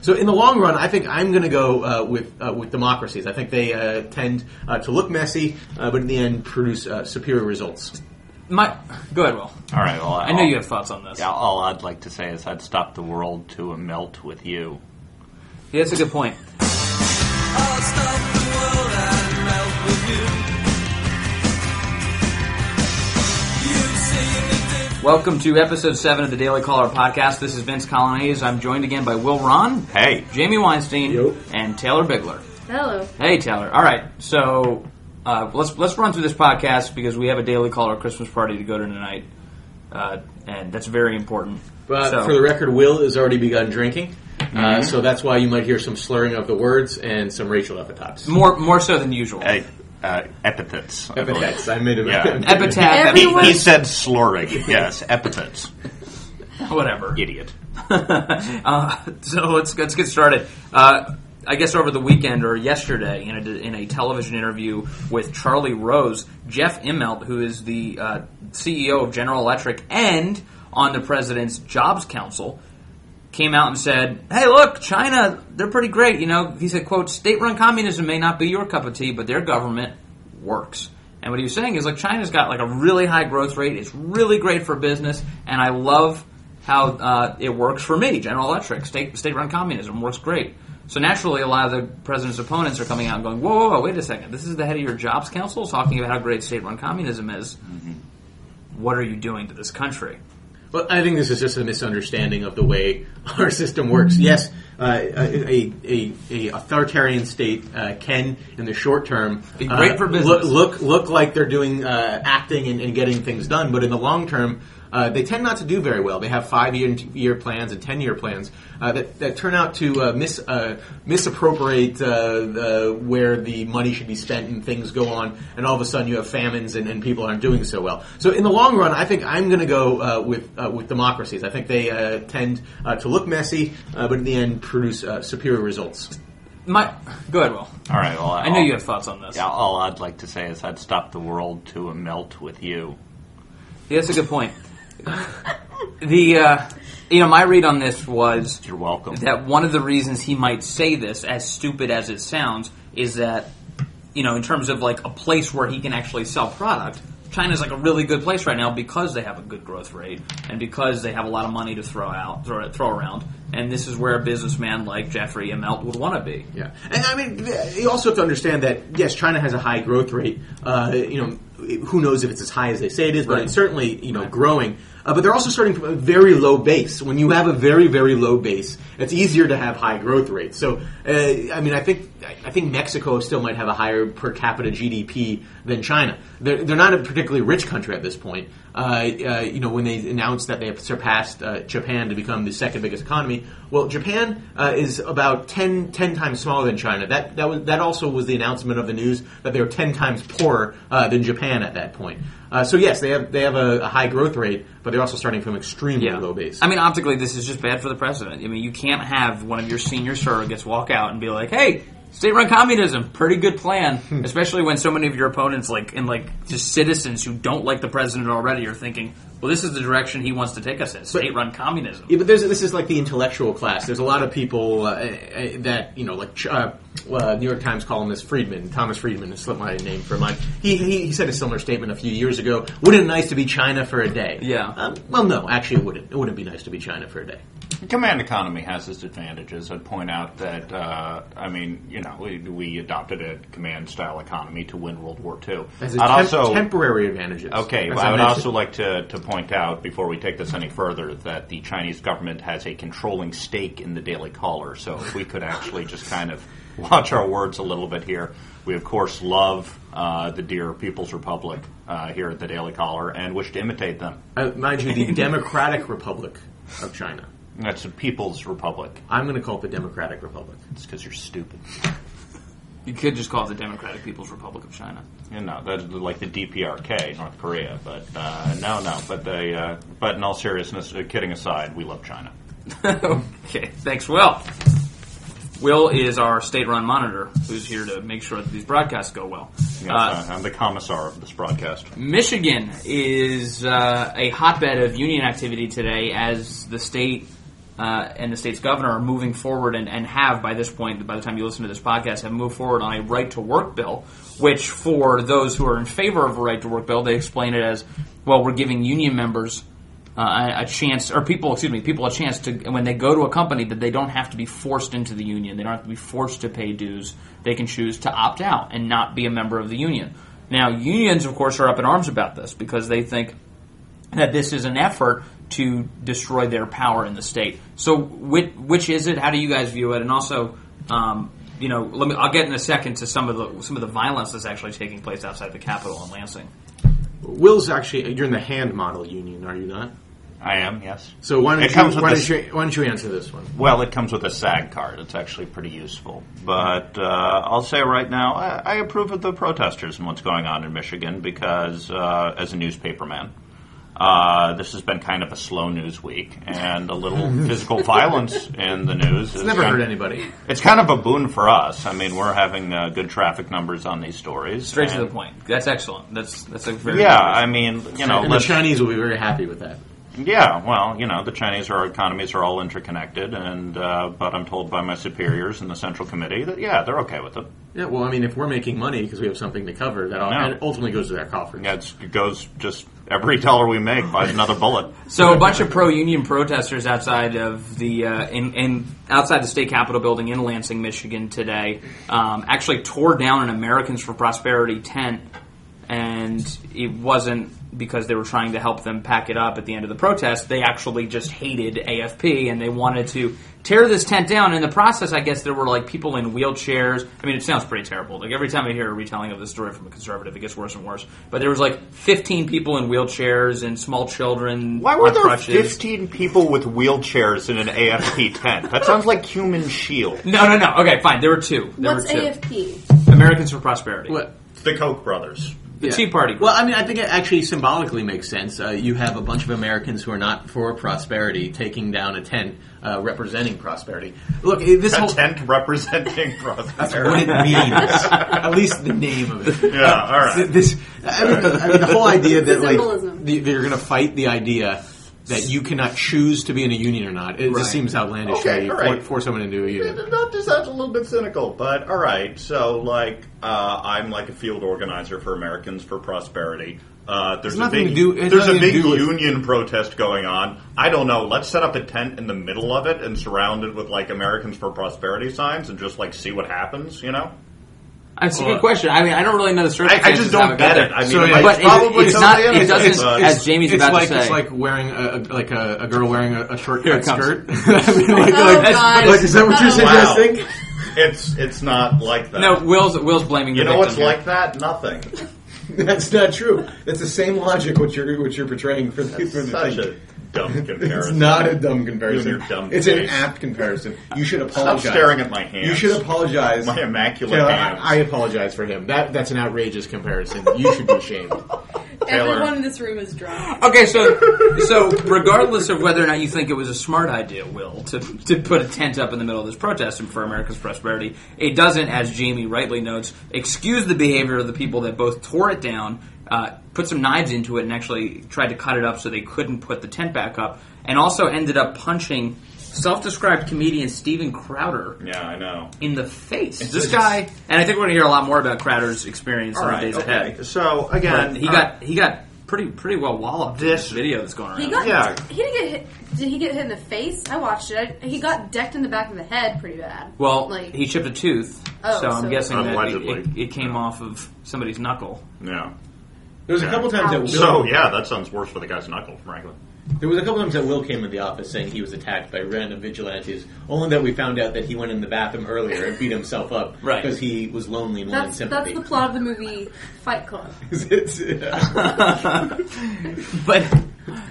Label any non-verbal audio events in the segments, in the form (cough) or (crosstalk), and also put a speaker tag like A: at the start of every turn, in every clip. A: So in the long run, I think I'm going to go uh, with uh, with democracies. I think they uh, tend uh, to look messy, uh, but in the end produce uh, superior results.
B: My, go ahead, Will.
C: All right. Well,
B: I know you have thoughts on this.
C: Yeah, all I'd like to say is I'd stop the world to a melt with you.
B: Yeah, that's a good point.
D: I'll stop the world and melt with you. You've seen the difference.
B: Welcome to episode seven of the Daily Caller podcast. This is Vince Colonnades. I'm joined again by Will Ron,
C: Hey,
B: Jamie Weinstein,
A: Yo.
B: and Taylor Bigler.
E: Hello.
B: Hey, Taylor. All right, so uh, let's let's run through this podcast because we have a Daily Caller Christmas party to go to tonight, uh, and that's very important.
A: But
B: So- Mm-hmm.
A: for the record, Will has already begun drinking, uh, so that's why you might hear some slurring of the words and some racial epithets.
B: more more so than usual.
C: hey, uh, epithets. I believe.
A: Epithets. I made him. (laughs)
C: Yeah.
B: Epitaph,
C: He,
E: Everyone-
C: he said slurring. yes, epithets.
B: whatever.
C: Idiot.
B: (laughs) uh, so let's let's get started. Uh, I guess over the weekend or yesterday, in a, in a television interview with Charlie Rose, Jeff Immelt, who is the uh, CEO of General Electric and on the president's Jobs Council, came out and said, "Hey, look, China, they're pretty great." You know, he said, "quote State-run communism may not be your cup of tea, but their government works." And what he was saying is, like, China's got like a really high growth rate. It's really great for business, and I love how uh, it works for me. General Electric, state state-run communism works great. So naturally, a lot of the president's opponents are coming out and going, "Whoa, whoa, whoa wait a second! This is the head of your Jobs Council talking about how great state-run communism is. What are you doing to this country?"
A: Well, I think this is just a misunderstanding of the way our system works. Yes, uh, a, a, a, a authoritarian state uh, can, in the short term,
B: Be great
A: uh,
B: for business.
A: Look, look, look like they're doing uh, acting and, and getting things done, but in the long term, uh, they tend not to do very well. They have five year, year plans and ten year plans uh, that, that turn out to uh, mis, uh, misappropriate uh, uh, where the money should be spent and things go on, and all of a sudden you have famines and, and people aren't doing so well. So in the long run, I think I'm going to go uh, with uh, with democracies. I think they uh, tend uh, to look messy, uh, but in the end produce uh, superior results.
B: My, go ahead, Will.
C: All right. Well,
B: I know you have thoughts on this.
C: Oh. Yeah, all I'd like to say is I'd stop the world to a melt with you.
B: Yeah, that's a good point. the uh, you know my read on this was
C: You're welcome.
B: that one of the reasons he might say this, as stupid as it sounds, is that you know in terms of like a place where he can actually sell product, China's like a really good place right now because they have a good growth rate and because they have a lot of money to throw out, throw, throw around, and this is where a businessman like Jeffrey Immelt would want to be.
A: Yeah, and I mean, you also have to understand that yes, China has a high growth rate. Uh, you know, who knows if it's as high as they say it is, but
B: Right.
A: it's certainly you know growing. Uh, but they're also starting from a very low base. When you have a very very low base, it's easier to have high growth rates. So, uh, I mean, I think I think Mexico still might have a higher per capita GDP than China. They're, they're not a particularly rich country at this point. Uh, uh, you know, when they announced that they have surpassed uh, Japan to become the second biggest economy, well, Japan uh, is about 10, 10 times smaller than China. That that was that also was the announcement of the news that they were ten times poorer uh, than Japan at that point. Uh, so yes, they have they have a, a high growth rate, but they're also starting from extremely low base.
B: I mean, optically, this is just bad for the president. I mean, you can't have one of your senior surrogates walk out and be like, "Hey, state-run communism, pretty good plan." Especially when so many of your opponents, like and like just citizens who don't like the president already, are thinking, "Well, this is the direction he wants to take us in state-run communism."
A: Yeah, but there's, this is like the intellectual class. There's a lot of people uh, uh, that you know, like ch- uh, uh, New York Times columnist Friedman, Thomas Friedman, and slipped my name for mine. He, he he said a similar statement a few years ago. Wouldn't it nice to be China for a day?
B: Yeah.
A: Um, well, no, actually, it wouldn't. It wouldn't be nice to be China for a day.
C: The command economy has its advantages. I'd point out that, uh, I mean, you know, we, we adopted a command style economy to win World War II.
A: As a
C: I'd
A: temp-
C: also,
A: temporary advantages.
C: okay,
A: as
C: well, I would
A: mentioned.
C: also like to, to point out, before we take this any further, that the Chinese government has a controlling stake in the Daily Caller. So if we could actually just kind of (laughs) watch our words a little bit here. We, of course, love uh, the dear People's Republic uh, here at the Daily Caller and wish to imitate them.
A: Uh, mind you,
C: (laughs)
A: the Democratic Republic of China.
C: That's the People's Republic.
A: I'm going to call it the Democratic Republic.
C: It's because you're stupid.
B: You could just call it the Democratic People's Republic of China. (laughs)
C: You know, that's like the DPRK, North Korea. But uh, no, no. But they. Uh, but in all seriousness, uh, kidding aside, we love China.
B: okay, thanks, Will. Will is our state-run monitor who's here to make sure that these broadcasts go well.
C: Yes,
B: Uh,
C: I- I'm the commissar of this broadcast.
B: Michigan is uh, a hotbed of union activity today as the state uh, and the state's governor are moving forward and, and have by this point, by the time you listen to this podcast, have moved forward on a right to work bill, which for those who are in favor of a right to work bill, they explain it as, well, we're giving union members uh, a a chance, or people, excuse me, people a chance to, when they go to a company, that they don't have to be forced into the union. They don't have to be forced to pay dues. They can choose to opt out and not be a member of the union. Now, unions, of course, are up in arms about this because they think that this is an effort to destroy their power in the state. So, which, which is it? How do you guys view it? And also, um, you know, let me. I'll get in a second to some of the some of the violence that's actually taking place outside the Capitol in Lansing.
A: Will's actually you're in the hand model union, are you not?
C: I am, yes.
A: So why
C: It
A: don't,
C: comes
A: you,
C: with
A: why,
C: a
A: don't you, why don't you answer this one?
C: Well, it comes with a SAG card. It's actually pretty useful. But uh, I'll say right now, I, I approve of the protesters and what's going on in Michigan because, uh, as a newspaperman, uh, this has been kind of a slow news week, and a little
A: (laughs)
C: physical violence in the news. is
A: Never
C: kind-
A: hurt anybody.
C: It's kind of a boon for us. I mean, we're having uh, good traffic numbers on these stories.
B: Straight to
C: and-
B: the point. That's excellent. That's that's a very
C: Yeah, I mean, you know,
A: And the
C: Oh, let's-
A: Chinese will be very happy with that.
C: yeah, well, you know, the Chinese our economies are all interconnected, and uh, but I'm told by my superiors in the Central Committee that yeah, they're okay with it.
A: Yeah, well, I mean, if we're making money because we have something to cover, that all,
C: No.
A: and ultimately goes to their coffers.
C: Yeah, it's, it goes just every (laughs) dollar we make buys another bullet.
B: So a bunch of pro-union protesters outside of the uh, in, in outside the state capitol building in Lansing, Michigan today um, actually tore down an Americans for Prosperity tent, and it wasn't because they were trying to help them pack it up at the end of the protest. They actually just hated AFP and they wanted to tear this tent down. In the process, I guess there were like people in wheelchairs. I mean, it sounds pretty terrible. Like every time I hear a retelling of this story from a conservative, it gets worse and worse. But there was like 15 people in wheelchairs and small children
C: Why were
B: on
C: there
B: crutches.
C: 15 people with wheelchairs in an AFP tent? That sounds like Human Shield.
B: No, no, no. Okay, fine. There were two. There
E: What's
B: were two.
E: AFP?
B: Americans for Prosperity.
A: What?
C: The Koch brothers.
B: The Tea Party.
A: Well, I mean, I think it actually symbolically makes sense. Uh, you have a bunch of Americans who are not for prosperity taking down a tent uh, representing prosperity. Look, eh, this
C: A
A: whole
C: tent representing
A: (laughs)
C: prosperity.
A: what it means, at least the name of it.
C: (laughs) Yeah, all right.
A: This, I mean, I mean, the whole idea that like
E: Symbolism.
A: the, that you're going to fight the idea that you cannot choose to be in a union or not. It
B: Right.
A: just seems outlandish
C: Okay,
A: that you
C: all right.
A: for- force someone into a union.
C: That just sounds a little bit cynical, but all right. So, like, uh, I'm like a field organizer for Americans for Prosperity. Uh, there's
A: It's
C: a
A: nothing
C: big,
A: to do- it has
C: there's a
A: nothing to
C: big
A: do with-
C: union protest going on. I don't know. Let's set up a tent in the middle of it and surround it with like Americans for Prosperity signs and just like see what happens. You know,
B: That's a good question. I mean, I don't really know the
C: I,
B: circumstances.
C: I just
B: how
C: don't
B: got
C: get
B: there.
C: it. I mean,
A: So,
C: it
A: yeah,
C: might
A: but
B: it-
C: probably
B: it's
C: totally
B: not- it
C: innocent,
B: doesn't-
C: but-
B: as Jamie's
A: it's
B: about to
A: like,
B: say.
A: It's like wearing a, a- like a, a girl wearing a, a short
B: Here
A: cut
B: it comes.
A: skirt. (laughs) I mean, like,
E: Oh,
C: (laughs)
A: like,
E: God.
A: like, is that what you're
E: Oh.
C: Wow.
A: suggesting?
C: It's it's not like that.
B: no, Will's Will's blaming
C: you
B: the
C: know
B: victim
C: what's
B: here.
C: like that? Nothing.
A: (laughs) That's not true. That's the same logic what you're what you're portraying for
C: It's
A: people to
C: such
A: think. (laughs)
C: a dumb
F: It's
C: comparison.
F: not a dumb comparison.
C: You and your dumb
F: it's an
C: face.
F: apt comparison. You should
C: Stop
F: apologize.
C: staring at my hands.
F: You should apologize.
C: my
A: You
C: immaculate
A: know, I,
C: hands.
A: I apologize for him. That that's an outrageous comparison. You should be ashamed.
C: Taylor.
E: Everyone in this room is drunk.
B: Okay, so so regardless of whether or not you think it was a smart idea, Will, to, to put a tent up in the middle of this protest and for America's prosperity, it doesn't, as Jamie rightly notes, excuse the behavior of the people that both tore it down, uh, put some knives into it, and actually tried to cut it up so they couldn't put the tent back up, and also ended up punching self-described comedian Steven Crowder
C: yeah, I know.
B: in the face.
C: It's
B: this
C: just-
B: guy, and I think we're going to hear a lot more about Crowder's experience in
C: All
B: the
C: right.
B: days
C: Okay.
B: ahead.
C: So
B: But
C: again,
B: he
C: uh,
B: got he got pretty pretty well walloped in this video that's going around.
E: He got
C: Yeah.
E: he didn't get hit. Did he get hit in the face? I watched it. I, he got decked in the back of the head pretty bad.
B: well,
E: like
B: he chipped a tooth,
E: Oh,
B: so I'm
E: so-
B: guessing that it-
C: Allegedly.
B: it, it came off of somebody's knuckle.
C: yeah.
A: There was a couple times that Will,
C: So yeah, that sounds worse for the guy's knuckle, frankly.
A: there was a couple times that Will came in the office saying he was attacked by random vigilantes. Only that we found out that he went in the bathroom earlier and beat himself
G: (laughs)
A: up
B: Right.
A: because he was lonely and wanted
E: that's that's
A: sympathy.
E: the plot of the movie Fight Club.
A: (laughs)
E: (laughs)
A: It's- yeah.
B: (laughs) But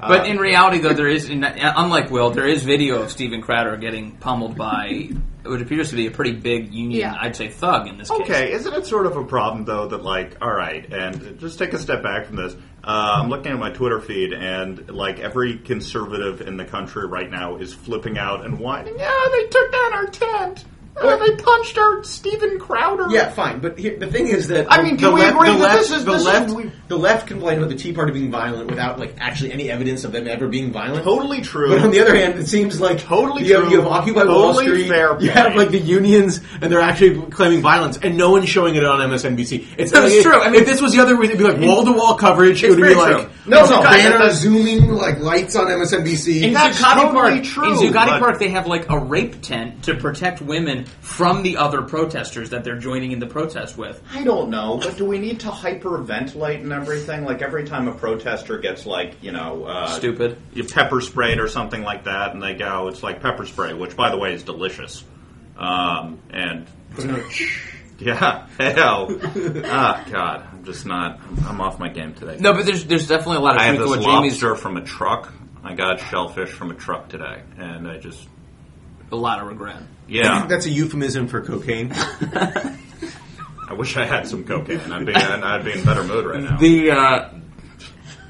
B: but in reality, though, there is in- uh, unlike Will, there is video of Steven Crowder getting pummeled by what appears to be a pretty big union,
E: Yeah.
B: I'd say thug in this case. (laughs)
C: Okay, isn't it sort of a problem though that like, all right, and just take a step back from this. Uh, I'm looking at my Twitter feed, and like every conservative in the country right now is flipping out and whining. Yeah, they took down our tent. Oh, they
G: punched out Steven Crowder.
F: Yeah, fine. But here, the thing is that
G: I mean, can we agree
F: the
G: that
F: left,
G: this is-
F: the
G: this is
F: left?
G: we-
F: the left complained about the Tea Party being violent without like actually any evidence of them ever being violent.
G: Totally true.
F: But on the other hand, it seems like
G: Totally
F: you have,
G: true.
F: you have Occupy Wall
G: Totally
F: Street.
G: fair
F: you
G: point.
F: have like
A: like the unions, and they're actually claiming violence, and no one's showing it on MSNBC. It's
B: That's
A: like,
B: true. I mean-
A: if this was the other, way, it'd be
B: "Mm,
A: like wall to wall coverage. It would be
B: very
A: like
B: true.
F: no, no,
A: God,
F: banner
A: that's-
F: zooming like lights on MSNBC.
B: In
G: That's
B: Zuccotti
G: totally
B: Park,
G: true,
B: in Zuccotti
G: but-
B: Park, they have like a rape tent to protect women from the other protesters that they're joining in the protest with.
C: I don't know, but do we need to hyperventilate and everything? Like every time a protester gets like you know uh,
B: Stupid.
C: you pepper sprayed or something like that, and they go, it's like pepper spray, which by the way is delicious, um, and (laughs) yeah, hell, ah, god, I'm just not, I'm off my game today.
B: No, but there's there's definitely a lot of
C: I have
B: truth to
C: this
B: what Jamie's
C: lobster from a truck. I got shellfish from a truck today, and I just
B: a lot of regret.
C: yeah.
B: (laughs)
A: That's a euphemism for cocaine.
C: I wish I had some cocaine. I'd be I'd be in better mood right now.
B: The uh,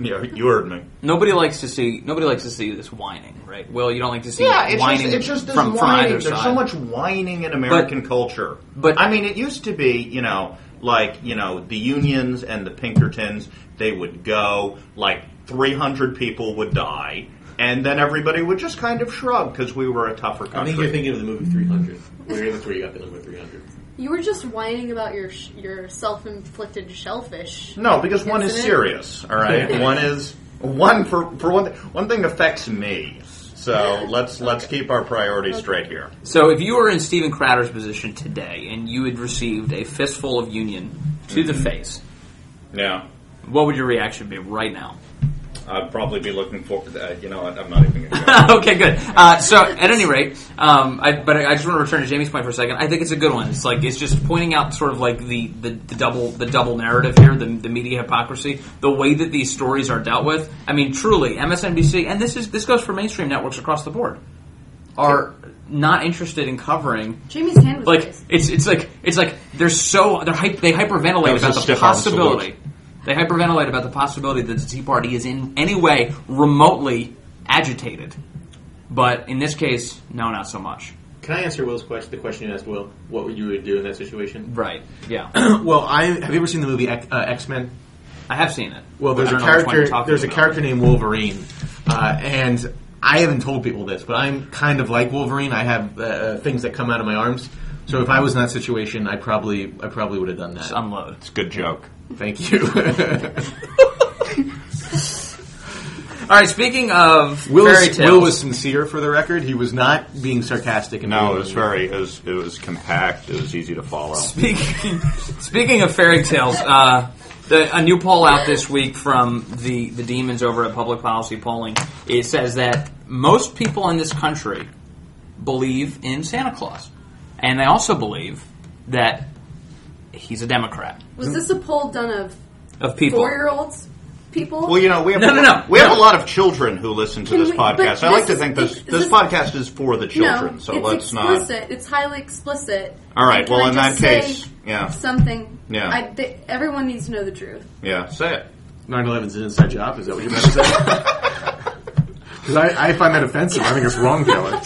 C: you, you heard me.
B: nobody likes to see nobody likes to see this whining, right? Well, you don't like to see
C: Yeah, it's
B: whining
C: just, it's just this
B: from, from
C: whining.
B: either
C: There's
B: side.
C: so much whining in American culture.
B: but-
C: I mean, it used to be, you know, like you know, the unions and the Pinkertons. They would go like 300 people would die, and then everybody would just kind of shrug because we were a tougher country.
A: I think you're thinking of the movie 300. Where that's where you got the number 300.
E: You were just whining about your sh- your self-inflicted shellfish.
C: No, because one is
E: Incident?
C: serious. All (laughs) right, one is one for for one. One thing affects me. So let's let's keep our priorities straight here.
B: So if you were in Steven Crowder's position today and you had received a fistful of union to
C: Mm-hmm.
B: the face,
C: Yeah,
B: what would your reaction be right now?
C: I'd probably be looking for. Uh, you know, what, I'm not even. Gonna go.
B: (laughs) okay, good. Uh, so, at any rate, um, I, but I, I just want to return to Jamie's point for a second. I think it's a good one. It's like it's just pointing out sort of like the, the, the double the double narrative here, the, the media hypocrisy, the way that these stories are dealt with. I mean, truly, MSNBC, and this is this goes for mainstream networks across the board, are not interested in covering
E: Jamie's hand was
B: like
E: raised.
B: it's it's like it's like they're so they're hype, they hyperventilate
C: was a
B: about the
C: stiff arm salute.
B: possibility. They hyperventilate about the possibility that the Tea Party is in any way remotely agitated. But in this case, no, not so much.
A: Can I answer Will's question? The question you asked Will, what would you would do in that situation?
B: Right? Yeah, (clears throat)
A: Well, I have you ever seen the movie X- uh, X Men?
B: I have seen it.
A: Well, there's
B: I
A: a
B: don't know which one you're
A: character.
B: talking
A: There's a
B: about.
A: character named Wolverine, uh, and I haven't told people this, but I'm kind of like Wolverine. I have uh, uh, things that come out of my arms. So if I was in that situation, I probably I probably would have done that.
B: Unload.
C: It's a good joke.
A: Thank you. (laughs)
B: All right. Speaking of
A: Will,
B: fairy
A: was,
B: tales,
A: Will was sincere for the record. He was not being sarcastic. and
C: No,
A: being
C: it was
A: rude.
C: very. It was, it was compact. It was easy to follow.
B: Speaking, speaking of fairy tales, uh, the, a new poll out this week from the, the demons over at Public Policy Polling. It says that most people in this country believe in Santa Claus, and they also believe that he's a Democrat
E: Was this a poll done of
B: of people.
E: four-year-olds? People?
C: Well, you know, we have
B: No,
C: a
B: no, no.
C: lot- we have
B: No.
C: a lot of children who listen to
E: Can
C: this
E: we- but
C: podcast. I like to
E: this
C: think
E: is-
C: this
E: this
C: this
E: is-
C: podcast is for the children.
E: no,
C: so
E: it's
C: let's
E: explicit.
C: not.
E: It's highly explicit.
C: All right,
E: And can
C: well,
E: I
C: in that
E: just say
C: case, yeah.
E: something.
C: Yeah.
E: I, th- everyone needs to know the truth.
C: Yeah, say it.
A: 9/11's an inside job. Is that what you're about to say?
C: (laughs)
A: Because I, I find that offensive. I think it's wrong, Taylor.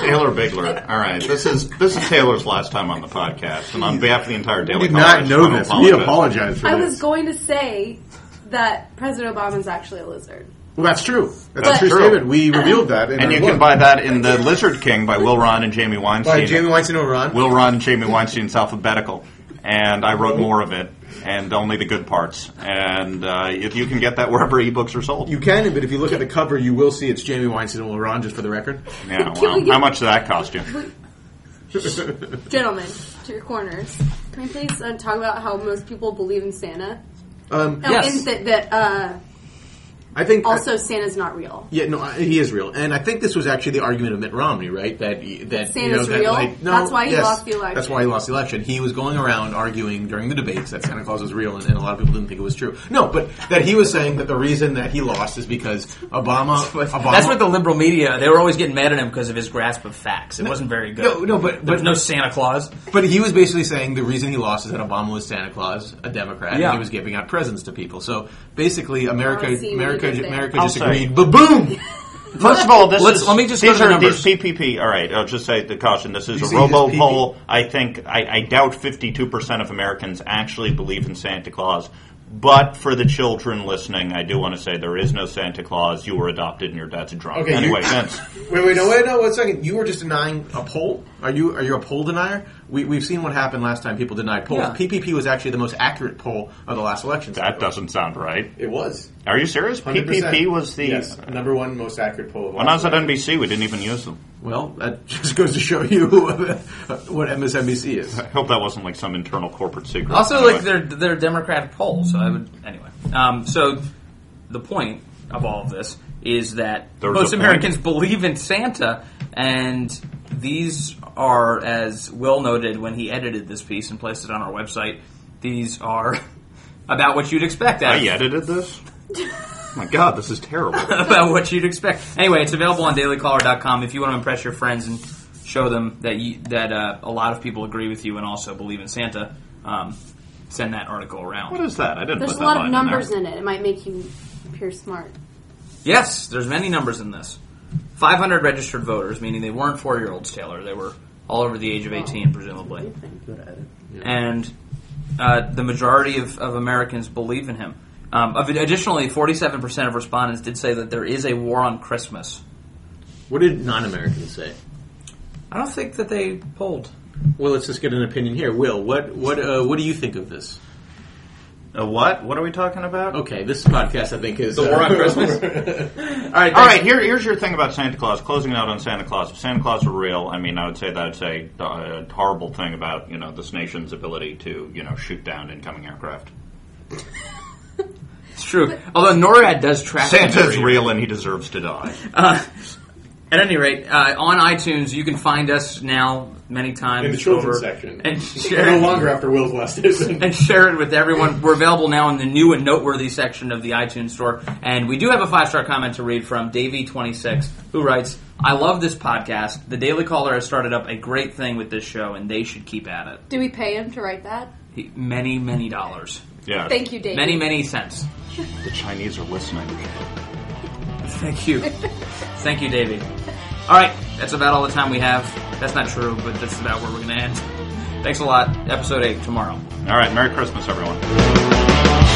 C: Taylor Bigler. All right, this is this is Taylor's last time on the podcast, and on behalf of the entire Daily
A: We did
C: Caller, I
A: not
C: just
A: know
C: wanna
A: this. We
C: apologize.
A: apologize for
E: I
A: this.
E: was going to say that President Obama is actually a lizard.
A: well, that's true. That's
E: But-
A: a true
C: True.
A: statement. We revealed that, in
C: And
A: our
C: you
A: book.
C: can buy that in the Lizard King by Will Ron and Jamie Weinstein.
A: by Jamie Weinstein or Ron.
C: Will Ron and Jamie Weinstein's alphabetical, and I wrote more of it, and only the good parts. And uh, if you can get that wherever ebooks are sold.
A: You can, but if you look at the cover, you will see it's Jamie Weinstein and Will Ron. Just for the record,
C: yeah,
E: (laughs) Can
C: well,
E: we get-
C: how much did that cost you?
E: Gentlemen, to your corners. Can we please uh, talk about how most people believe in Santa?
A: um,
E: Oh,
B: Yes.
E: and that, that uh,
A: I think uh,
E: also Santa's not real.
A: Yeah, no, I- he is real, and I think this was actually the argument of Mitt Romney, right? That that you know
E: Santa's
A: that
E: real?
A: like no,
E: That's why he
A: yes,
E: lost the election.
A: That's why he lost the election. He was going around arguing during the debates that Santa Claus was real, and, and a lot of people didn't think it was true. No, but that he was saying that the reason that he lost is because Obama. Obama
B: That's what the liberal media—they were always getting mad at him because of his grasp of facts. It wasn't very good.
A: No, no, but
B: There
A: but
B: was no Santa Claus.
A: But he was basically saying the reason he lost is that Obama was Santa Claus, a Democrat,
B: Yeah.
A: and he was giving out presents to people. So basically, America,
E: Oh, I see what
A: America,
E: you did there.
A: America
C: I'll
A: just
C: say.
A: agreed. Ba boom!
C: First of all, this
B: Let's-
C: is,
B: let me just go
C: these
B: to the
C: are
B: numbers.
C: these PPP. All right, I'll just say the caution. This is
H: You
C: a
H: see his
C: robo
H: PP?
C: poll. I think I, I doubt fifty-two percent of Americans actually believe in Santa Claus. But for the children listening, I do want to say there is no Santa Claus. You were adopted, and your dad's a drunk.
A: Okay, you-
C: anyway, Vince.
A: (laughs) Wait, wait, no, wait, no, one second. You were just denying a poll. Are you are you a poll denier? We, we've seen what happened last time. People denied polls.
B: Yeah.
A: PPP was actually the most accurate poll of the last election.
C: That doesn't sound right.
A: It was.
C: Are you serious?
A: 100%.
C: PPP was the.
A: yes, number one most accurate poll of
C: When I was
A: last
C: at
A: election.
C: NBC, we didn't even use them.
A: Well, that (laughs) just goes to show you what MSNBC is.
C: I hope that wasn't like some internal corporate secret.
B: Also,
C: Anyway.
B: like they're they're a Democratic poll, so I would anyway. Um, so the point of all of this is that
C: There's
B: most
C: a point.
B: Americans believe in Santa, and these are, as Will noted when he edited this piece and placed it on our website, these are (laughs) about what you'd expect.
C: I
B: Adam.
C: edited
E: (laughs)
C: this. Oh my God, this is
B: (laughs)
C: terrible.
B: about what you'd expect. Anyway, it's available on dailycaller.com if you want to impress your friends and show them that you, that uh, a lot of people agree with you and also believe in Santa. Um, send that article around.
C: What is that? I didn't.
E: There's
C: put
E: a
C: that
E: lot
C: line
E: of
C: in there.
E: numbers in it. It might make you appear smart.
B: Yes, there's many numbers in this. 500 registered voters, meaning they weren't four-year-olds, Taylor. They were all over the age of 18, presumably. And uh, the majority of, of Americans believe in him. Um, of- additionally, 47% of respondents did say that there is a war on Christmas.
A: What did non-Americans say?
B: I don't think that they polled.
A: Well, let's just get an opinion here. Will, what what uh, what do you think of this?
C: A what? What are we talking about?
A: Okay, this podcast I think is
F: The
A: uh,
F: war on
A: (laughs)
F: Christmas?
A: All right,
C: All right. Here, here's your thing about Santa Claus. Closing out on Santa Claus. If Santa Claus were real, I mean, I would say that's a, a horrible thing about you know this nation's ability to you know shoot down incoming aircraft.
B: It's true. Although NORAD does track
C: Santa's
B: them.
C: real and he deserves to die.
B: At any rate, uh, on iTunes, you can find us now many times.
A: In the children's
B: over-
A: section.
B: And share,
A: after Will's last (laughs)
B: and share it with everyone. We're available now in the new and noteworthy section of the iTunes store. And we do have a five star comment to read from Davey26, who writes I love this podcast. The Daily Caller has started up a great thing with this show, and they should keep at it.
E: Do we pay him to write that?
B: He- Many, many dollars.
C: Yeah.
E: (laughs) Thank you, Dave.
B: Many, many cents.
C: The Chinese are listening.
B: Thank you. Thank you, Davey. All right, that's about all the time we have. That's not true, but that's about where we're going to end. Thanks a lot. Episode 8 tomorrow.
C: All right. Merry Christmas, everyone.